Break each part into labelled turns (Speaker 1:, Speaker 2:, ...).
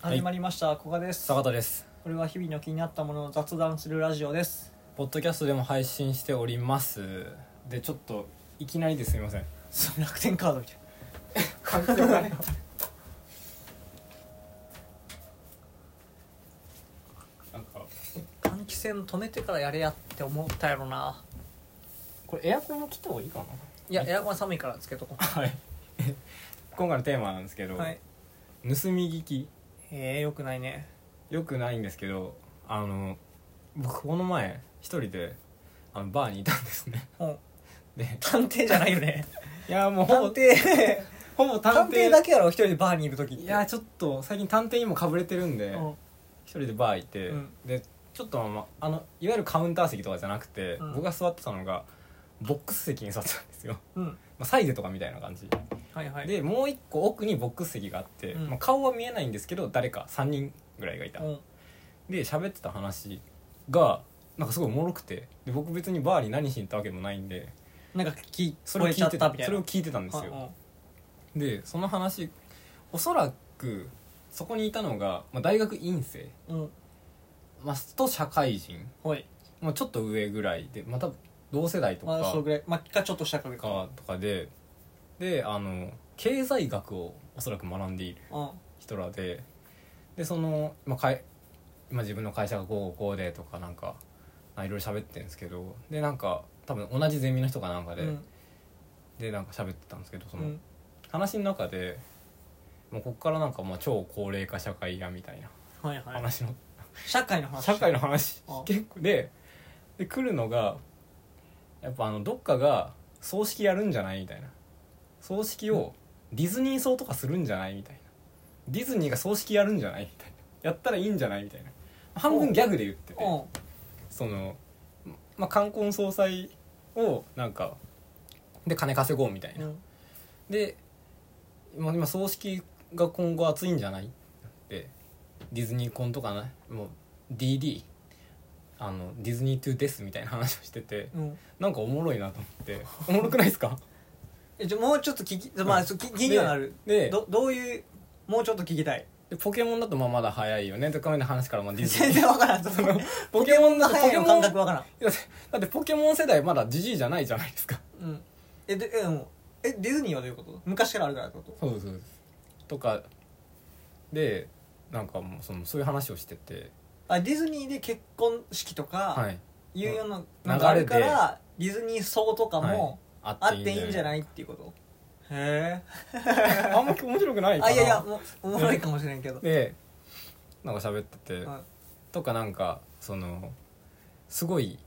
Speaker 1: 始まりました古賀です
Speaker 2: 坂田です
Speaker 1: これは日々の気になったものを雑談するラジオです
Speaker 2: ポッドキャストでも配信しておりますでちょっといきなりですみません
Speaker 1: その楽天カードみたい
Speaker 2: 環境がねなんか
Speaker 1: な換気扇止めてからやれやって思ったやろな
Speaker 2: これエアコンも切った方がいいか
Speaker 1: いやエアコン寒いからつけとこ
Speaker 2: なはい 今回のテーマなんですけ
Speaker 1: う
Speaker 2: ど、
Speaker 1: はい
Speaker 2: 盗み聞き
Speaker 1: えー、よくないね
Speaker 2: よくないんですけどあの僕この前一人であのバーにいたんですね
Speaker 1: うん
Speaker 2: で
Speaker 1: 探偵じゃないよね
Speaker 2: いやもうほ
Speaker 1: 探
Speaker 2: ぼ
Speaker 1: 偵
Speaker 2: ほ ぼ探
Speaker 1: 探
Speaker 2: 偵
Speaker 1: 偵だけやろ一人でバーにいる時って
Speaker 2: いやちょっと最近探偵にもかぶれてるんで、
Speaker 1: うん
Speaker 2: 一人でバー行って、
Speaker 1: うん
Speaker 2: でちょっとまああのいわゆるカウンター席とかじゃなくて、
Speaker 1: うん
Speaker 2: 僕が座ってたのがボックス席に座ってたんですよ、
Speaker 1: うん
Speaker 2: まあ、サイズとかみたいな感じ、
Speaker 1: はいはい
Speaker 2: でもう一個奥にボックス席があって、
Speaker 1: うん
Speaker 2: まあ、顔は見えないんですけど誰か3人ぐらいがいた、
Speaker 1: うん
Speaker 2: で喋ってた話がなんかすごいおもろくてで僕別にバーに何しに行ったわけでもないんで
Speaker 1: なんか聞
Speaker 2: そ
Speaker 1: そ
Speaker 2: れを
Speaker 1: れちゃ
Speaker 2: 聞い
Speaker 1: ってたみたいな
Speaker 2: それを聞いてたんですよ、
Speaker 1: うん
Speaker 2: でその話おそらくそこにいたのが、まあ、大学院生、
Speaker 1: うんうん
Speaker 2: まあ、と社会人
Speaker 1: ほい
Speaker 2: まあ、ちょっと上ぐらいでまた同世代と
Speaker 1: まあそれ
Speaker 2: か
Speaker 1: ぐらいまあかちょっとしたかけ
Speaker 2: かとかでであの経済学をおそらく学んでいる
Speaker 1: うん
Speaker 2: 人らででその、まあ、かい今自分の会社がこうこうでとかなんかまあいろいろ喋ってるんですけどでなんか多分同じゼミの人かなんかで、
Speaker 1: うん
Speaker 2: でなんか喋ってたんですけどそうの、
Speaker 1: ん
Speaker 2: 話の中でもうこっからなんかまあ超高齢化社会やみたいな
Speaker 1: はいはい
Speaker 2: 話の
Speaker 1: 社会の話
Speaker 2: 社会の話
Speaker 1: あ
Speaker 2: 結構でで来るのがやっぱあのどっかが葬式やるんじゃないみたいな葬式をディズニー葬とかするんじゃないみたいなディズニーが葬式やるんじゃないみたいなやったらいいんじゃないみたいな半分ギャグで言ってて
Speaker 1: うん
Speaker 2: そのまあ冠婚葬祭をなんかで金稼ごうみたいな
Speaker 1: うん
Speaker 2: で今今葬式が今後熱いんじゃないってディズニーコンとかねもう DD あのディズニートゥデスみたいな話をしてて
Speaker 1: うん
Speaker 2: なんかおもろいなと思っておもろくないですか
Speaker 1: えじゃあもうちょっと聞きまあそうき 気にはなる
Speaker 2: で
Speaker 1: どどういうもうちょっと聞きたい
Speaker 2: でポケモンだとまあまだ早いよねとかの話からまあディズニ
Speaker 1: 全
Speaker 2: ー
Speaker 1: 然わからんそ
Speaker 2: その
Speaker 1: の
Speaker 2: ポケモンだと
Speaker 1: 早いの
Speaker 2: ポケモ
Speaker 1: 感
Speaker 2: ン
Speaker 1: 覚わから
Speaker 2: だってだってポケモン世代まだジジイじゃないじゃないですか
Speaker 1: んうんえでえでもえディズニーはどういうこと昔からあるからってこと
Speaker 2: そうですそうですとかでなんかもうそのそういう話をしてて
Speaker 1: あディズニーで結婚式と
Speaker 2: は
Speaker 1: か
Speaker 2: い
Speaker 1: いうようななんかあるか
Speaker 2: 流
Speaker 1: らディズニー層とかも
Speaker 2: あ
Speaker 1: あっていいんじゃ
Speaker 2: い
Speaker 1: ないっていうことへ
Speaker 2: あんま面白くない
Speaker 1: え
Speaker 2: かな
Speaker 1: あいやいやもおもろいかもしれんけ ど
Speaker 2: でなんか喋ってて、
Speaker 1: うん
Speaker 2: とかなんかそのすごい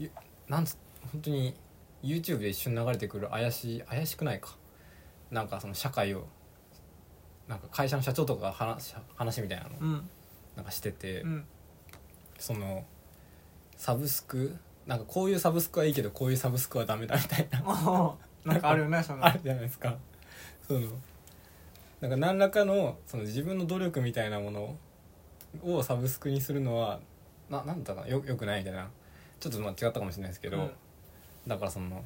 Speaker 2: ゆなんつ本当に YouTube で一瞬流れてくる怪しい怪しくないかなんかその社会をなんか会社の社長とかが話話みたいなの
Speaker 1: うん
Speaker 2: なんかしてて、
Speaker 1: うん
Speaker 2: そのサブスクなんかこういうサブスクはいいけどこういうサブスクはダメだみたいな
Speaker 1: もうなんかあるよねその
Speaker 2: あるじゃないですかそのなんか何らかのその自分の努力みたいなものをサブスクにするのはななんだかなよよくないみたいなちょっとまあ違ったかもしれないですけど、
Speaker 1: うん
Speaker 2: だからその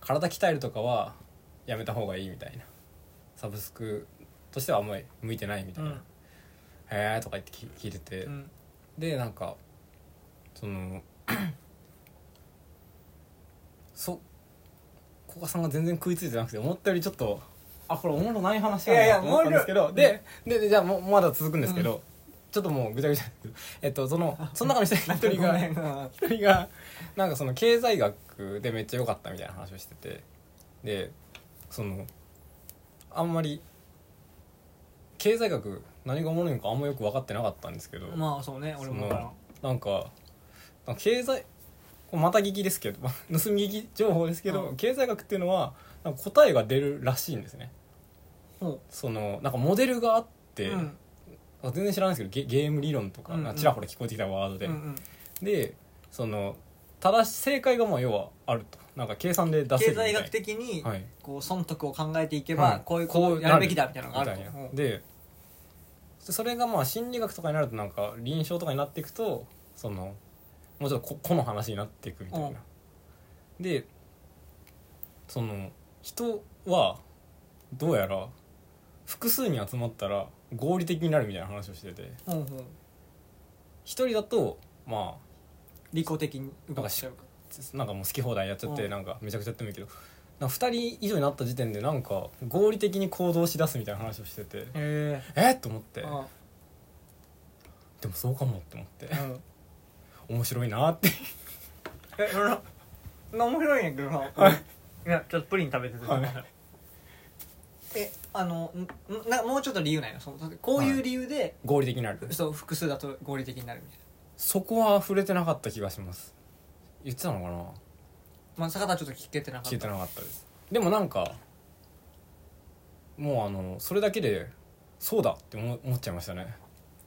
Speaker 2: 体鍛えるとかはやめた方がいいみたいなサブスクとしてはあんまり向いてないみた
Speaker 1: う
Speaker 2: いな「
Speaker 1: ん
Speaker 2: へえ」とか言って聞聞いてて、
Speaker 1: うん
Speaker 2: でなんかその そ古賀さんが全然食いついてなくて思ったよりちょっとあこれおもろない話や
Speaker 1: いやいや
Speaker 2: なと思ったんですけ
Speaker 1: おも
Speaker 2: ど
Speaker 1: ろい
Speaker 2: でででじゃあもうまだ続くんですけど、ちょっともうぐちゃぐちゃですけどえっとそのその中の一人一人
Speaker 1: ご
Speaker 2: が
Speaker 1: めんうん
Speaker 2: 一人がなんかその経済学でめっちゃ良かったみたいな話をしててでそのあんまり経済学何がおもろいのかあんまよく分かってなかったんですけど、
Speaker 1: まあそうね俺もわからん
Speaker 2: なんかなんか経済これまた聞きですけど 盗み聞き情報ですけど、
Speaker 1: うん
Speaker 2: 経済学っていうのはなんか答えが出るらしいんですね
Speaker 1: ほ
Speaker 2: そのなんかモデルがあっ
Speaker 1: う
Speaker 2: て、
Speaker 1: うん
Speaker 2: 全然知らないですけどゲゲーム理論とか,、
Speaker 1: うんうん
Speaker 2: ちらほら聞こえてきたワードで、
Speaker 1: うんうん
Speaker 2: でその正し正解がまあ要はあるとなんか計算で出せる
Speaker 1: 経
Speaker 2: みたい
Speaker 1: 済
Speaker 2: な
Speaker 1: 学的に
Speaker 2: はい
Speaker 1: こう損得を考えていけ
Speaker 2: は
Speaker 1: ば
Speaker 2: い
Speaker 1: こういうこ
Speaker 2: こう
Speaker 1: うやるべきだみたいなのがある
Speaker 2: みたいな
Speaker 1: と
Speaker 2: でそれがまあ心理学とかになるとなんか臨床とかになっていくとそのもうちょっとこ個の話になっていくみたいな、
Speaker 1: うん
Speaker 2: でその人はどうやら複数に集まったら合理的になるみたいな話をしてて
Speaker 1: うんうん
Speaker 2: 一人だとまあ
Speaker 1: 利己的に動かしちゃうか
Speaker 2: なんかもう好き放題やっちゃって
Speaker 1: うん
Speaker 2: なんかめちゃくちゃやってもいいけどなんか2人以上になった時点でなんか合理的に行動しだすみたいな話をしてて
Speaker 1: へ
Speaker 2: えっと思って
Speaker 1: えあ
Speaker 2: でもそうかもって思って
Speaker 1: あうん
Speaker 2: 面白いなって
Speaker 1: えその面白いんやけどさいやちょっとプリン食べてて
Speaker 2: はい
Speaker 1: えあのんんなもうちょっと理由ないのそのこういう理由で、
Speaker 2: 合理的になる
Speaker 1: そう複数だと合理的になるみたいな
Speaker 2: そこは触れてなかった気がします言ってたのかな
Speaker 1: まあ坂田はちょっと聞けてなかった
Speaker 2: 聞いてなかったですでもなんかもうあのそれだけでそうだって思思っちゃいましたね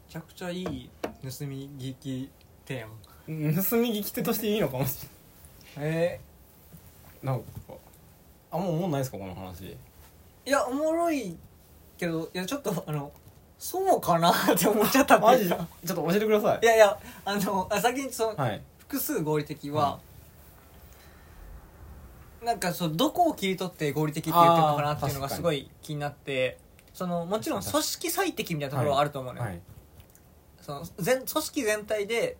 Speaker 1: めちゃくちゃいい盗み聞き提案
Speaker 2: うん盗み聞き手としていいのかもし
Speaker 1: え
Speaker 2: れないなんかあんま思んないですかこの話
Speaker 1: いやおもろいけどいやちょっとあのそうかなって思っちゃったっていう か
Speaker 2: ちょっと教えてくださ
Speaker 1: いやいやあのあ先にその、
Speaker 2: いはい
Speaker 1: 複数合理的は、なんかそうどこを切り取って合理的って言ってるのかなっていうの
Speaker 2: あ
Speaker 1: が
Speaker 2: ー
Speaker 1: すごい気になってそのもちろん組織最適みたいなところはあると思うね、
Speaker 2: はい
Speaker 1: その全組織全体で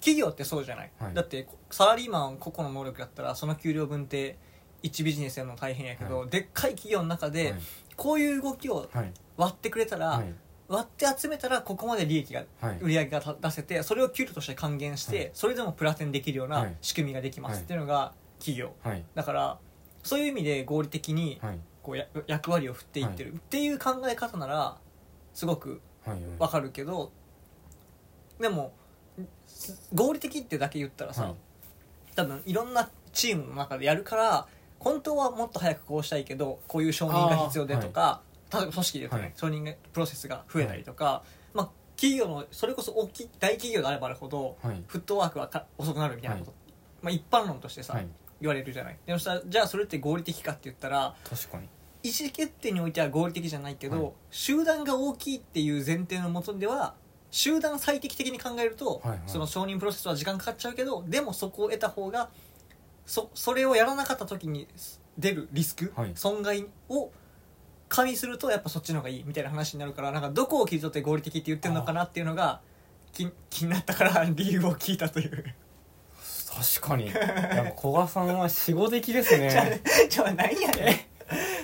Speaker 1: 企業ってそうじゃない、
Speaker 2: はい
Speaker 1: だってサラリーマン個々の能力だったらその給料分って1ビジネスやるの大変やけど、
Speaker 2: は
Speaker 1: でっかい企業の中で、
Speaker 2: はい
Speaker 1: こういう動きを
Speaker 2: はい
Speaker 1: 割ってくれたら、
Speaker 2: はい
Speaker 1: 割って集めたらここまで利益が
Speaker 2: はい
Speaker 1: 売り上げがた出せてそれを給料として還元して、
Speaker 2: はい
Speaker 1: それでもプラテンできるよう
Speaker 2: は
Speaker 1: ない仕組みができます、
Speaker 2: はい
Speaker 1: っていうのが企業
Speaker 2: はい
Speaker 1: だからそういう意味で合理的に
Speaker 2: はい
Speaker 1: こうや役割を振っていってる、っていう考え方ならすごく
Speaker 2: はい
Speaker 1: わかるけどでもす合理的ってだけ言ったらさ、
Speaker 2: はい
Speaker 1: 多分いろんなチームの中でやるから本当はもっと早くこうしたいけどこういう承認が必要でとか、例えば組織で言うとね、
Speaker 2: はい
Speaker 1: 承認がプロセスが増えたりとか、まあ、企業のそれこそ大きい大企業であればあるほど
Speaker 2: はい
Speaker 1: フットワークはか遅くなるみたいなこと、まあ、一般論としてさ、
Speaker 2: はい
Speaker 1: 言われるじゃないでもさじゃあそれって合理的かって言ったら
Speaker 2: 確かに
Speaker 1: 意思決定においては合理的じゃないけど、
Speaker 2: はい
Speaker 1: 集団が大きいっていう前提のもとでは集団最適的に考えると、
Speaker 2: はいはい
Speaker 1: その承認プロセスは時間かかっちゃうけどでもそこを得た方がそそれをやらなかった時に出るリスク、
Speaker 2: はい
Speaker 1: 損害を加味するとやっぱそっちの方がいいみたいな話になるからなんかどこを切り取って合理的って言ってるのかなっていうのが気気になったから理由を聞いたという
Speaker 2: 確かにやっぱ古賀さんは死語的です ね
Speaker 1: じゃあ何やね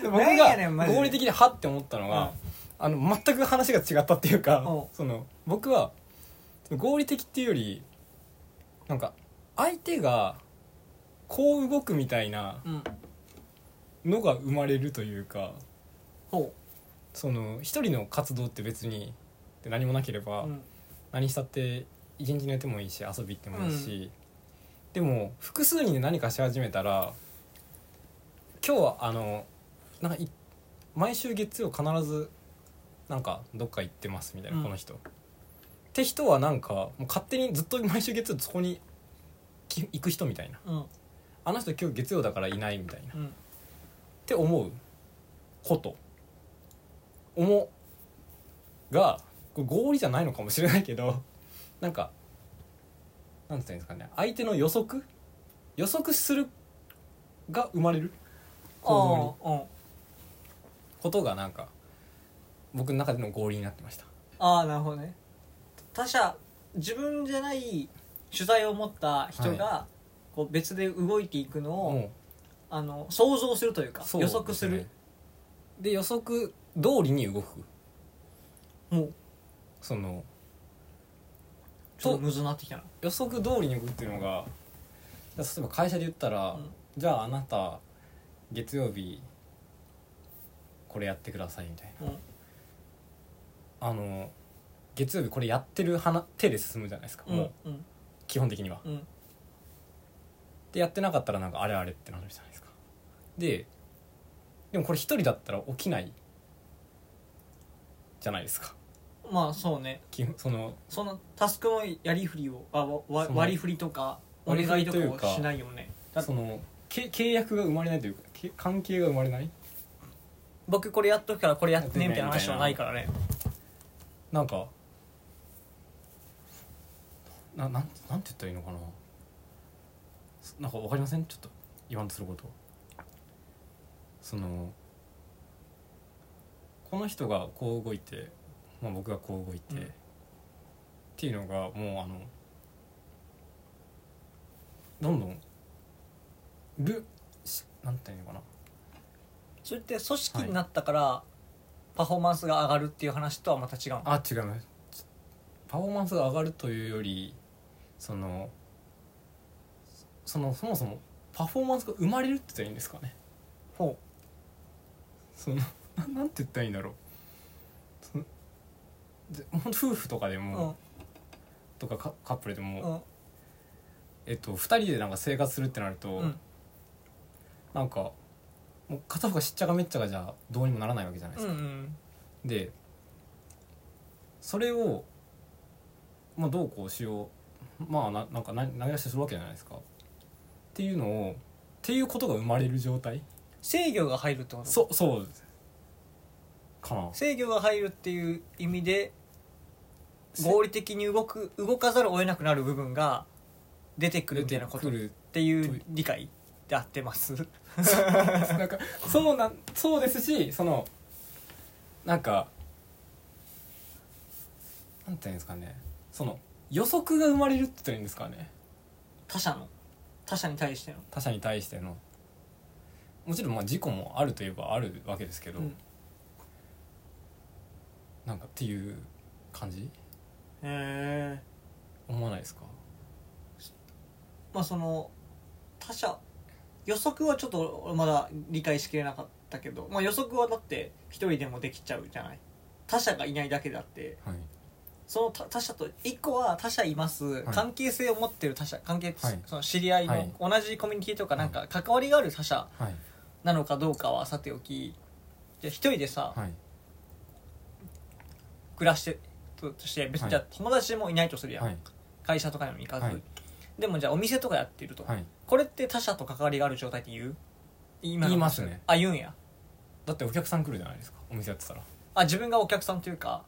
Speaker 2: 僕
Speaker 1: なんやねんマ
Speaker 2: が
Speaker 1: ジで
Speaker 2: 合理的ではって思ったのが、あの全く話が違ったっていうか
Speaker 1: お、
Speaker 2: その僕は合理的っていうよりなんか相手がこう動くみたいなん
Speaker 1: うん、
Speaker 2: のが生まれるというか
Speaker 1: ほ
Speaker 2: その一人の活動って別にで何もなければ、
Speaker 1: う、うん、
Speaker 2: 何したって一日寝てもいいし遊び行ってもいいし、でも複数人で何かし始めたら今日はあのなんかい毎週月曜必ずなんかどっか行ってますみたいな、
Speaker 1: うん
Speaker 2: この人。って人はなんかもう勝手にずっと毎週月曜そこにき行く人みたいな
Speaker 1: うん
Speaker 2: あの人今日月曜だからいないみたいなっ
Speaker 1: うん
Speaker 2: て思うこと思うがこれ合理じゃないのかもしれないけどなんかなんて言うんですかね相手の予測予測するが生まれる行
Speaker 1: ああうん
Speaker 2: ことがなんか僕の中での合理になってました
Speaker 1: ああなるほどね他者自分じゃない取材を持った人が、こう別で動いていくのを、
Speaker 2: も
Speaker 1: あの想像するという
Speaker 2: う
Speaker 1: か
Speaker 2: そう
Speaker 1: 予測する
Speaker 2: でねで予測通りに動く
Speaker 1: もう
Speaker 2: その
Speaker 1: ちょっとむずなってきたな
Speaker 2: 予測通りに動くっていうのが例えば会社で言ったら、
Speaker 1: うん
Speaker 2: じゃああなた月曜日これやってくださいみたい
Speaker 1: うん
Speaker 2: なあの月曜日これやってる話手で進むじゃないですか、
Speaker 1: うん
Speaker 2: もう
Speaker 1: うん
Speaker 2: 基本的には。
Speaker 1: うん
Speaker 2: でやってなかったらなんかあれあれってなるじゃないですか。ででもこれ一人だったら起きないじゃないですか
Speaker 1: まあそうね
Speaker 2: 基本その
Speaker 1: そのタスクのやり振りをあわわ
Speaker 2: そう
Speaker 1: 割り振りとかお
Speaker 2: 割
Speaker 1: 願
Speaker 2: り振り
Speaker 1: いとか
Speaker 2: というか
Speaker 1: をしないよねだって
Speaker 2: そのけ契約が生まれないというかけ関係が生まれない
Speaker 1: 僕これやっとくからこれやってねみたいな
Speaker 2: やってね
Speaker 1: 話はないからね
Speaker 2: なんかななんなんて言ったらいいのかなそなんかわかりませんちょっと言わんとすることそのこの人がこう動いてまあ、僕がこう動いて、
Speaker 1: うん
Speaker 2: っていうのがもうあのどんどんるしなんていうのかな
Speaker 1: それって組織になったからパフォーマンスが上がるっていう話とはまた違うの
Speaker 2: あ違うなパフォーマンスが上がるというよりそのそのそもそもパフォーマンスが生まれるって言ったらいいんですかね
Speaker 1: ほ
Speaker 2: そのななんて言ったらいいんだろうそのでほんと夫婦とかで
Speaker 1: うう
Speaker 2: も、
Speaker 1: ん
Speaker 2: とかカカップルでも、
Speaker 1: うん
Speaker 2: えっと、2人でなんか生活するってなると、
Speaker 1: うん
Speaker 2: なんかもう片方がしっちゃかめっちゃかじゃどうにもならないわけじゃないで
Speaker 1: う
Speaker 2: すか、
Speaker 1: ん
Speaker 2: でそれを、まあ、どうこうしようまあななんかな投げ出してするわけじゃないですかっていうのをっていうことが生まれる状態
Speaker 1: 制御が入るってこと
Speaker 2: そそうですかな
Speaker 1: 制御が入るっていう意味で合理的に動く動かざるを得なくなる部分が出てくるみたいなことっ
Speaker 2: 出てくる
Speaker 1: ていう理解で合ってます
Speaker 2: なんかそうなんそうですしそのなんかなんていうんですかねその予測が生まれるって言ったらいいんですかね
Speaker 1: 他者の他者に対しての
Speaker 2: 他者に対してのもちろんまあ事故もあるといえばあるわけですけど、
Speaker 1: うん
Speaker 2: なんかっていう感じ
Speaker 1: へえ
Speaker 2: 思わないですか
Speaker 1: まあその他者予測はちょっとまだ理解しきれなかったけど、まあ、予測はだって一人でもできちゃうじゃない他者がいないだけであって
Speaker 2: はい
Speaker 1: その他他者と一個は他者います、
Speaker 2: い
Speaker 1: 関係性を持ってる他者関係、
Speaker 2: はい
Speaker 1: その知り合いの、
Speaker 2: はい
Speaker 1: 同じコミュニティとかなんか関わりがある他者
Speaker 2: はい
Speaker 1: なのかどうかはさておきじゃあ一人でさ、
Speaker 2: はい
Speaker 1: 暮らしてととして別に
Speaker 2: はい
Speaker 1: じゃあ友達もいないとするやん、
Speaker 2: はい
Speaker 1: 会社とかにも行かず、
Speaker 2: はい
Speaker 1: でもじゃあお店とかやってると、
Speaker 2: はい
Speaker 1: これって他者と関わりがある状態って言う今の
Speaker 2: 言いますね
Speaker 1: あ言うんや
Speaker 2: だってお客さん来るじゃないですかお店やってたら
Speaker 1: あ自分がお客さんというか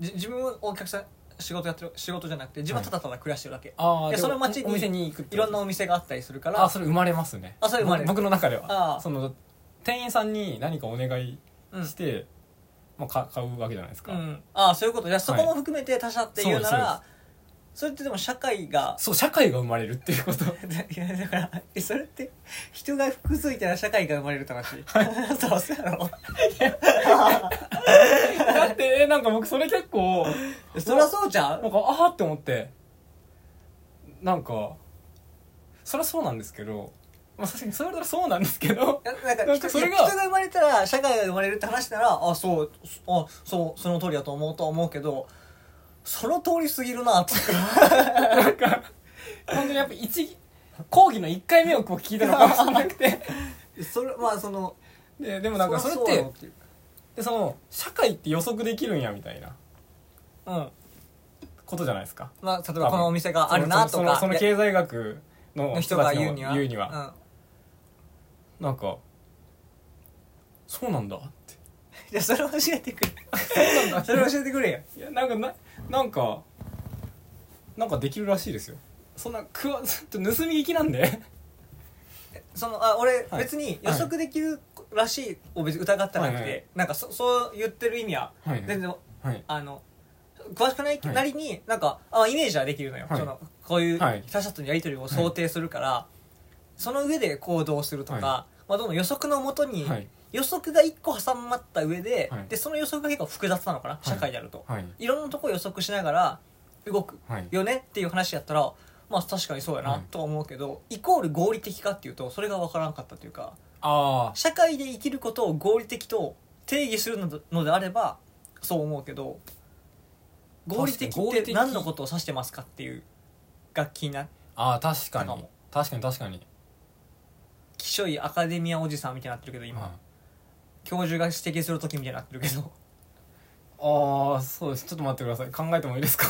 Speaker 1: じ自分はお客さん仕事やってる仕事じゃなくて自分はただただ暮らしてるだけ、
Speaker 2: あ
Speaker 1: ーでもおお店
Speaker 2: に行く
Speaker 1: いろんなお店があったりするから
Speaker 2: あそれ生まれますね
Speaker 1: あそれ生まれる
Speaker 2: 僕僕の中で
Speaker 1: あ
Speaker 2: は
Speaker 1: ー
Speaker 2: その店員さんに何かお願い
Speaker 1: うん
Speaker 2: して、まあ、か買うわけじゃないですか、
Speaker 1: うん、ああそういうことじゃあそこも含めて他者っていうなら、
Speaker 2: は
Speaker 1: それってでも社会が
Speaker 2: そう社会が生まれるっていうこと
Speaker 1: いやだからえそれって人が複数いたら社会が生まれるって話 そうそうや ろ
Speaker 2: だってえなんか僕それ結構
Speaker 1: そりゃそうじゃ
Speaker 2: なん
Speaker 1: ん
Speaker 2: かああって思ってなんかそりゃそうなんですけどまあ確かにそれはそうなんですけど
Speaker 1: なんか
Speaker 2: なんか
Speaker 1: 人
Speaker 2: それが
Speaker 1: 人が生まれたら社会が生まれるって話ならあそうあそうその通りだと思うとは思うけどその通りすぎるなって
Speaker 2: なんか本当にやっぱ一講義の1回目をこう聞いたのかもしれな くて
Speaker 1: それまあその
Speaker 2: ででもなんかそれっ
Speaker 1: りゃうだろ
Speaker 2: て
Speaker 1: ういう
Speaker 2: でその社会って予測できるんやみたいな
Speaker 1: うん
Speaker 2: ことじゃないですか
Speaker 1: まあ例えばこのお店があるなと
Speaker 2: その
Speaker 1: か
Speaker 2: そのその
Speaker 1: いや
Speaker 2: 経済学の
Speaker 1: の人
Speaker 2: 人た
Speaker 1: が
Speaker 2: ち
Speaker 1: 言う
Speaker 2: の
Speaker 1: には
Speaker 2: 言うには、なんかそうなんだって
Speaker 1: うん、いやそれを教えてくれ
Speaker 2: そうな んだ
Speaker 1: それを教えてくれよ
Speaker 2: いやなんかななんかなんかできるらしいですよそんなくわちょっと盗み聞きなんで
Speaker 1: そのあ俺
Speaker 2: はい
Speaker 1: 別に予測できるらしいを別に疑ってなくて、
Speaker 2: はいはい
Speaker 1: なんかそそう言ってる意味は
Speaker 2: はい
Speaker 1: 全然、
Speaker 2: はい
Speaker 1: あの詳しくない
Speaker 2: はい
Speaker 1: なりに、なんかあイメージはできるのよ、
Speaker 2: はい
Speaker 1: そのこういう
Speaker 2: はい
Speaker 1: 他者とのやり取りを想定するから、その上で行動するとか、
Speaker 2: はい
Speaker 1: まあ、どうも予測のもとに、
Speaker 2: はい
Speaker 1: 予測が1個挟まった上で,、
Speaker 2: はい
Speaker 1: でその予測が結構複雑なのかな、
Speaker 2: い
Speaker 1: 社会であると、
Speaker 2: はい
Speaker 1: い、ろんなとこ予測しながら動く
Speaker 2: はい
Speaker 1: よねっていう話やったらまあ確かにそうやな
Speaker 2: はい
Speaker 1: とは思うけど、イコール合理的かっていうとそれが分からんかったというか
Speaker 2: ああ
Speaker 1: 社会で生きることを合理的と定義するのでのであればそう思うけど合理的っ
Speaker 2: 確かに合理
Speaker 1: て
Speaker 2: 的
Speaker 1: 何のことを指してますかっていう楽器な
Speaker 2: ああ確
Speaker 1: か
Speaker 2: かに
Speaker 1: も
Speaker 2: 確かに確かに
Speaker 1: きしょいアカデミアおじさんみたいになってるけど今、
Speaker 2: はい
Speaker 1: 教授が指摘する時みたいになってるけど
Speaker 2: ああそうですちょっと待ってください考えてもいいですか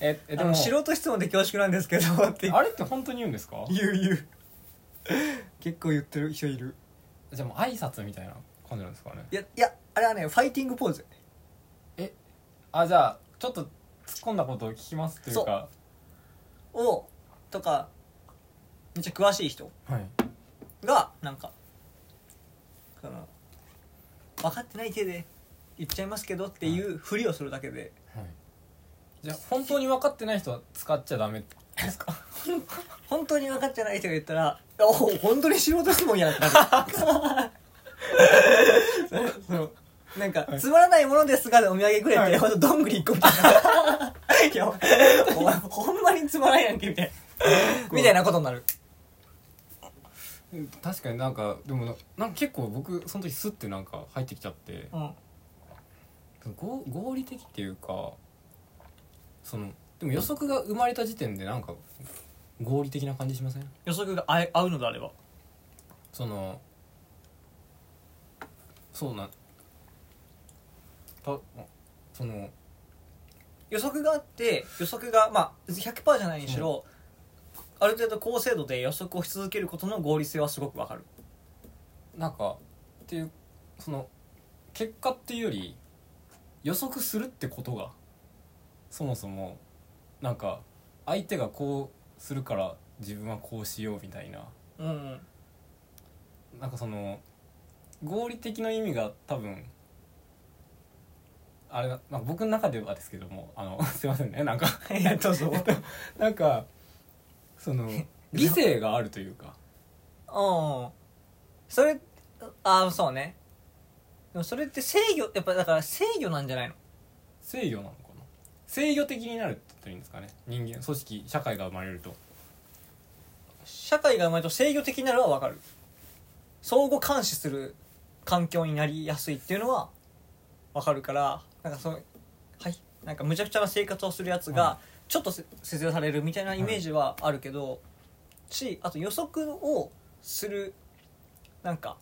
Speaker 2: ええ
Speaker 1: で
Speaker 2: で
Speaker 1: も
Speaker 2: も
Speaker 1: 素人質問で恐縮なんですけどって
Speaker 2: あれって本当に言うんですか
Speaker 1: 言う言う結構言ってる人いる
Speaker 2: じゃあもう挨拶みたいな感じなんですかね
Speaker 1: いやいやあれはねファイティングポーズ
Speaker 2: あじゃあちょっと突っ込んだことを聞きますっていうか
Speaker 1: をとかめっちゃ詳しい人
Speaker 2: はい
Speaker 1: がなんかその分かってない手で言っちゃいますけどっていうふりをするだけで
Speaker 2: じゃあ本当に分かってない人は使っちゃダメですか
Speaker 1: 本当に分かっちゃない人が言ったら「お本当に素人質問や」ってな るそうそうなんか、つまらないものですがでお土産くれって、
Speaker 2: はい
Speaker 1: ほんとどんぐり1個みたい ないやお前ほんまにつまらんやんけみたい なみたいなことになる
Speaker 2: 確かになんかでもななんか結構僕その時スッてなんか入ってきちゃって
Speaker 1: うん
Speaker 2: 合合理的っていうかそのでも予測が生まれた時点でなんか合理的な感じしません
Speaker 1: 予測が合い合うのであれば
Speaker 2: そのそうなたその
Speaker 1: 予測があって予測がまあ100%じゃないにしろ、ある程度高精度で予測をし続けることの合理性はすごくわかる
Speaker 2: なんかっていうその結果っていうより予測するってことがそもそもなんか相手がこうするから自分はこうしようみたいな
Speaker 1: うん
Speaker 2: なんかその合理的な意味が多分あれな、まあ、僕の中ではですけどもあの すいませんねなんか
Speaker 1: いや どうぞ
Speaker 2: なんかその理性があるというか
Speaker 1: うんそれああそうねでもそれって制御やっぱだから制御なんじゃないの
Speaker 2: 制御なのかな制御的になるって言ったらいいんですかね人間組織社会が生まれると
Speaker 1: 社会が生まれると制御的になるはわかる相互監視する環境になりやすいっていうのはわかるからなんかそのはいなんかむちゃくちゃな生活をするやつが
Speaker 2: は
Speaker 1: ちょっとせ節制されるみたいなイメージはあるけど、しあと予測をするなんか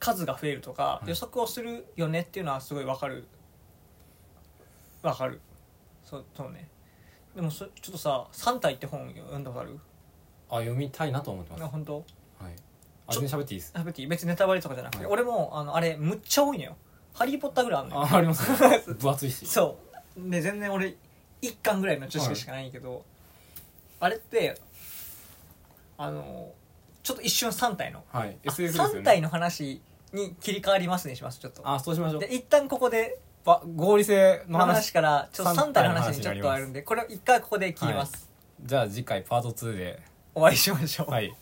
Speaker 1: 数が増えるとか、
Speaker 2: はい
Speaker 1: 予測をするよねっていうのはすごいわかるわかるそうそうねでもそちょっとさ「三体」って本読んだことある
Speaker 2: あ読みたいなと思ってます
Speaker 1: あ
Speaker 2: はい
Speaker 1: 本当
Speaker 2: あ全然喋っていいです
Speaker 1: 食べていい別にネタバレとかじゃなくて、
Speaker 2: はい
Speaker 1: 俺もあのあれむっちゃ多いのよ「ハリー・ポッター」ぐらいあんのよ
Speaker 2: あありますね 分厚いし
Speaker 1: そうで全然俺1巻ぐらいの知識しかないけど、あれってあのちょっと一瞬3体の、
Speaker 2: はい
Speaker 1: あ
Speaker 2: SF ですよ
Speaker 1: 3体
Speaker 2: ね
Speaker 1: の話に切り替わりますにしますちょっと
Speaker 2: あそうしましょう
Speaker 1: で一旦ここで
Speaker 2: ば合理性
Speaker 1: の
Speaker 2: の
Speaker 1: 話
Speaker 2: 話
Speaker 1: からちょっと3体の
Speaker 2: 三体の話
Speaker 1: 話に
Speaker 2: に
Speaker 1: ち
Speaker 2: な
Speaker 1: ょっ
Speaker 2: ります
Speaker 1: とあるんでこれを一回ここで切ります、
Speaker 2: じゃあ次回パート2で
Speaker 1: お会いしましょう
Speaker 2: はい